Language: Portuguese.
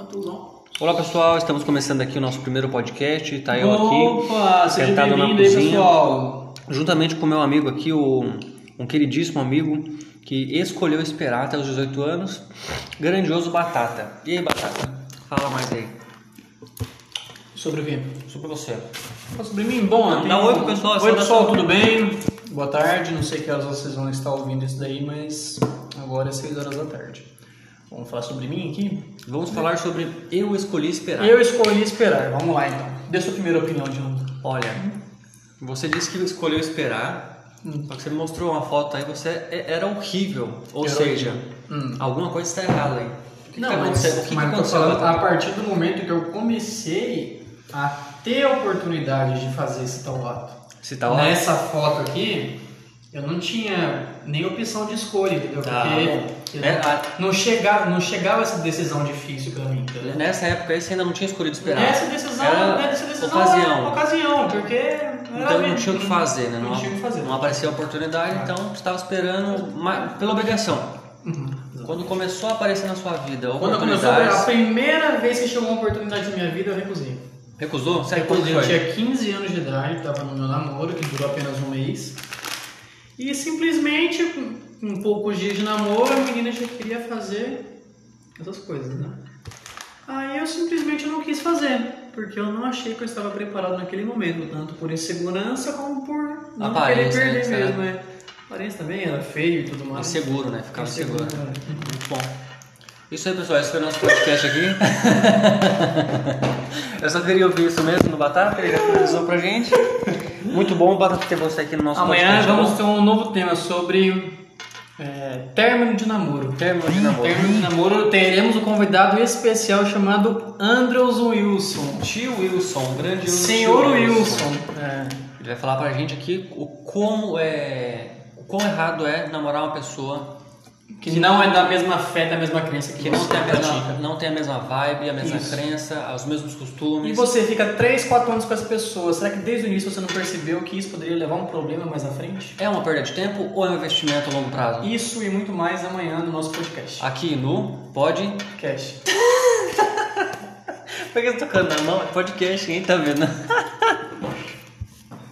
é Tudo Olá pessoal, estamos começando aqui o nosso primeiro podcast. Tá eu aqui, Opa, seja sentado na bem-vindo aí, cozinha. pessoal. juntamente com o meu amigo aqui, o, um queridíssimo amigo que escolheu esperar até os 18 anos, grandioso Batata. E aí, Batata? Fala mais aí. Sobre o quê? Sobre você. Sobre mim? Bom, eu Dá tenho- um oi pro pessoal, Oi, saudação. pessoal, tudo bem? Boa tarde, não sei que horas vocês vão estar ouvindo isso daí, mas agora é 6 horas da tarde. Vamos falar sobre mim aqui? Vamos falar sobre Eu Escolhi Esperar. Eu escolhi esperar, vamos lá então. Dê sua primeira opinião de um. Olha, você disse que escolheu esperar, Hum. só que você me mostrou uma foto aí, você é- era horrível. Ou Era seja, Hum. alguma coisa está errada aí. O que, que tá mas, acontecendo? O que que mas eu tô aconteceu? falando a partir do momento que eu comecei a ter a oportunidade de fazer esse tal ato. Você tá lá? Nessa foto aqui, eu não tinha nem opção de escolha, entendeu? Tá Porque bom. É, eu a- não, chegava, não chegava essa decisão difícil pra mim, entendeu? Nessa época aí você ainda não tinha escolhido esperar. Essa decisão, É. né, Era essa decisão ocasião. era ocasião, porque era Então não mesmo, tinha o que fazer, né? Não, tinha o que fazer. não aparecia a oportunidade, então você estava esperando ma- pela obrigação. Uhum. Quando começou a aparecer na sua vida Quando começou a oportunidades, primeira vez que chegou uma oportunidade na minha vida, eu recusei. recusou? Sabe quando Recusei. Eu foi? tinha 15 anos de idade, estava no meu namoro, que durou apenas um mês. E simplesmente, com- com poucos dias de namoro, a menina já queria fazer essas coisas, né? Aí eu simplesmente não quis fazer, porque eu não achei que eu estava preparado naquele momento, tanto por insegurança como por não Aparência, querer perder né? mesmo. É. Aparência também era feio e tudo mais. Inseguro, né? Ficava inseguro. Inseguro, né? Muito bom. Isso aí, pessoal. Esse foi o nosso podcast aqui. Eu só queria ouvir isso mesmo no Batata. Ele já finalizou pra gente. Muito bom, Batata, ter você aqui no nosso Amanhã podcast. tá vamos bom? ter um novo tema sobre é, término de namoro. Término de namoro. Término de namoro, teremos um convidado especial chamado Andrews Wilson. Tio Wilson, grande Senhor tio Wilson. É. Ele vai falar pra gente aqui o como é. O quão errado é namorar uma pessoa Que não é da mesma fé, da mesma crença que, que não você tem, a mesma, pratica. não tem a mesma vibe, a mesma é Isso. crença, os mesmos E costumes. você fica 3, 4 anos com essa pessoa. Será que desde o início você não percebeu que isso poderia levar a um problema mais à frente? É uma perda de tempo ou é um investimento a longo prazo? Isso e muito mais amanhã no nosso podcast. Aqui no Pode. Podcast. Por que eu tô tocando na mão? É podcast, ninguém tá vendo.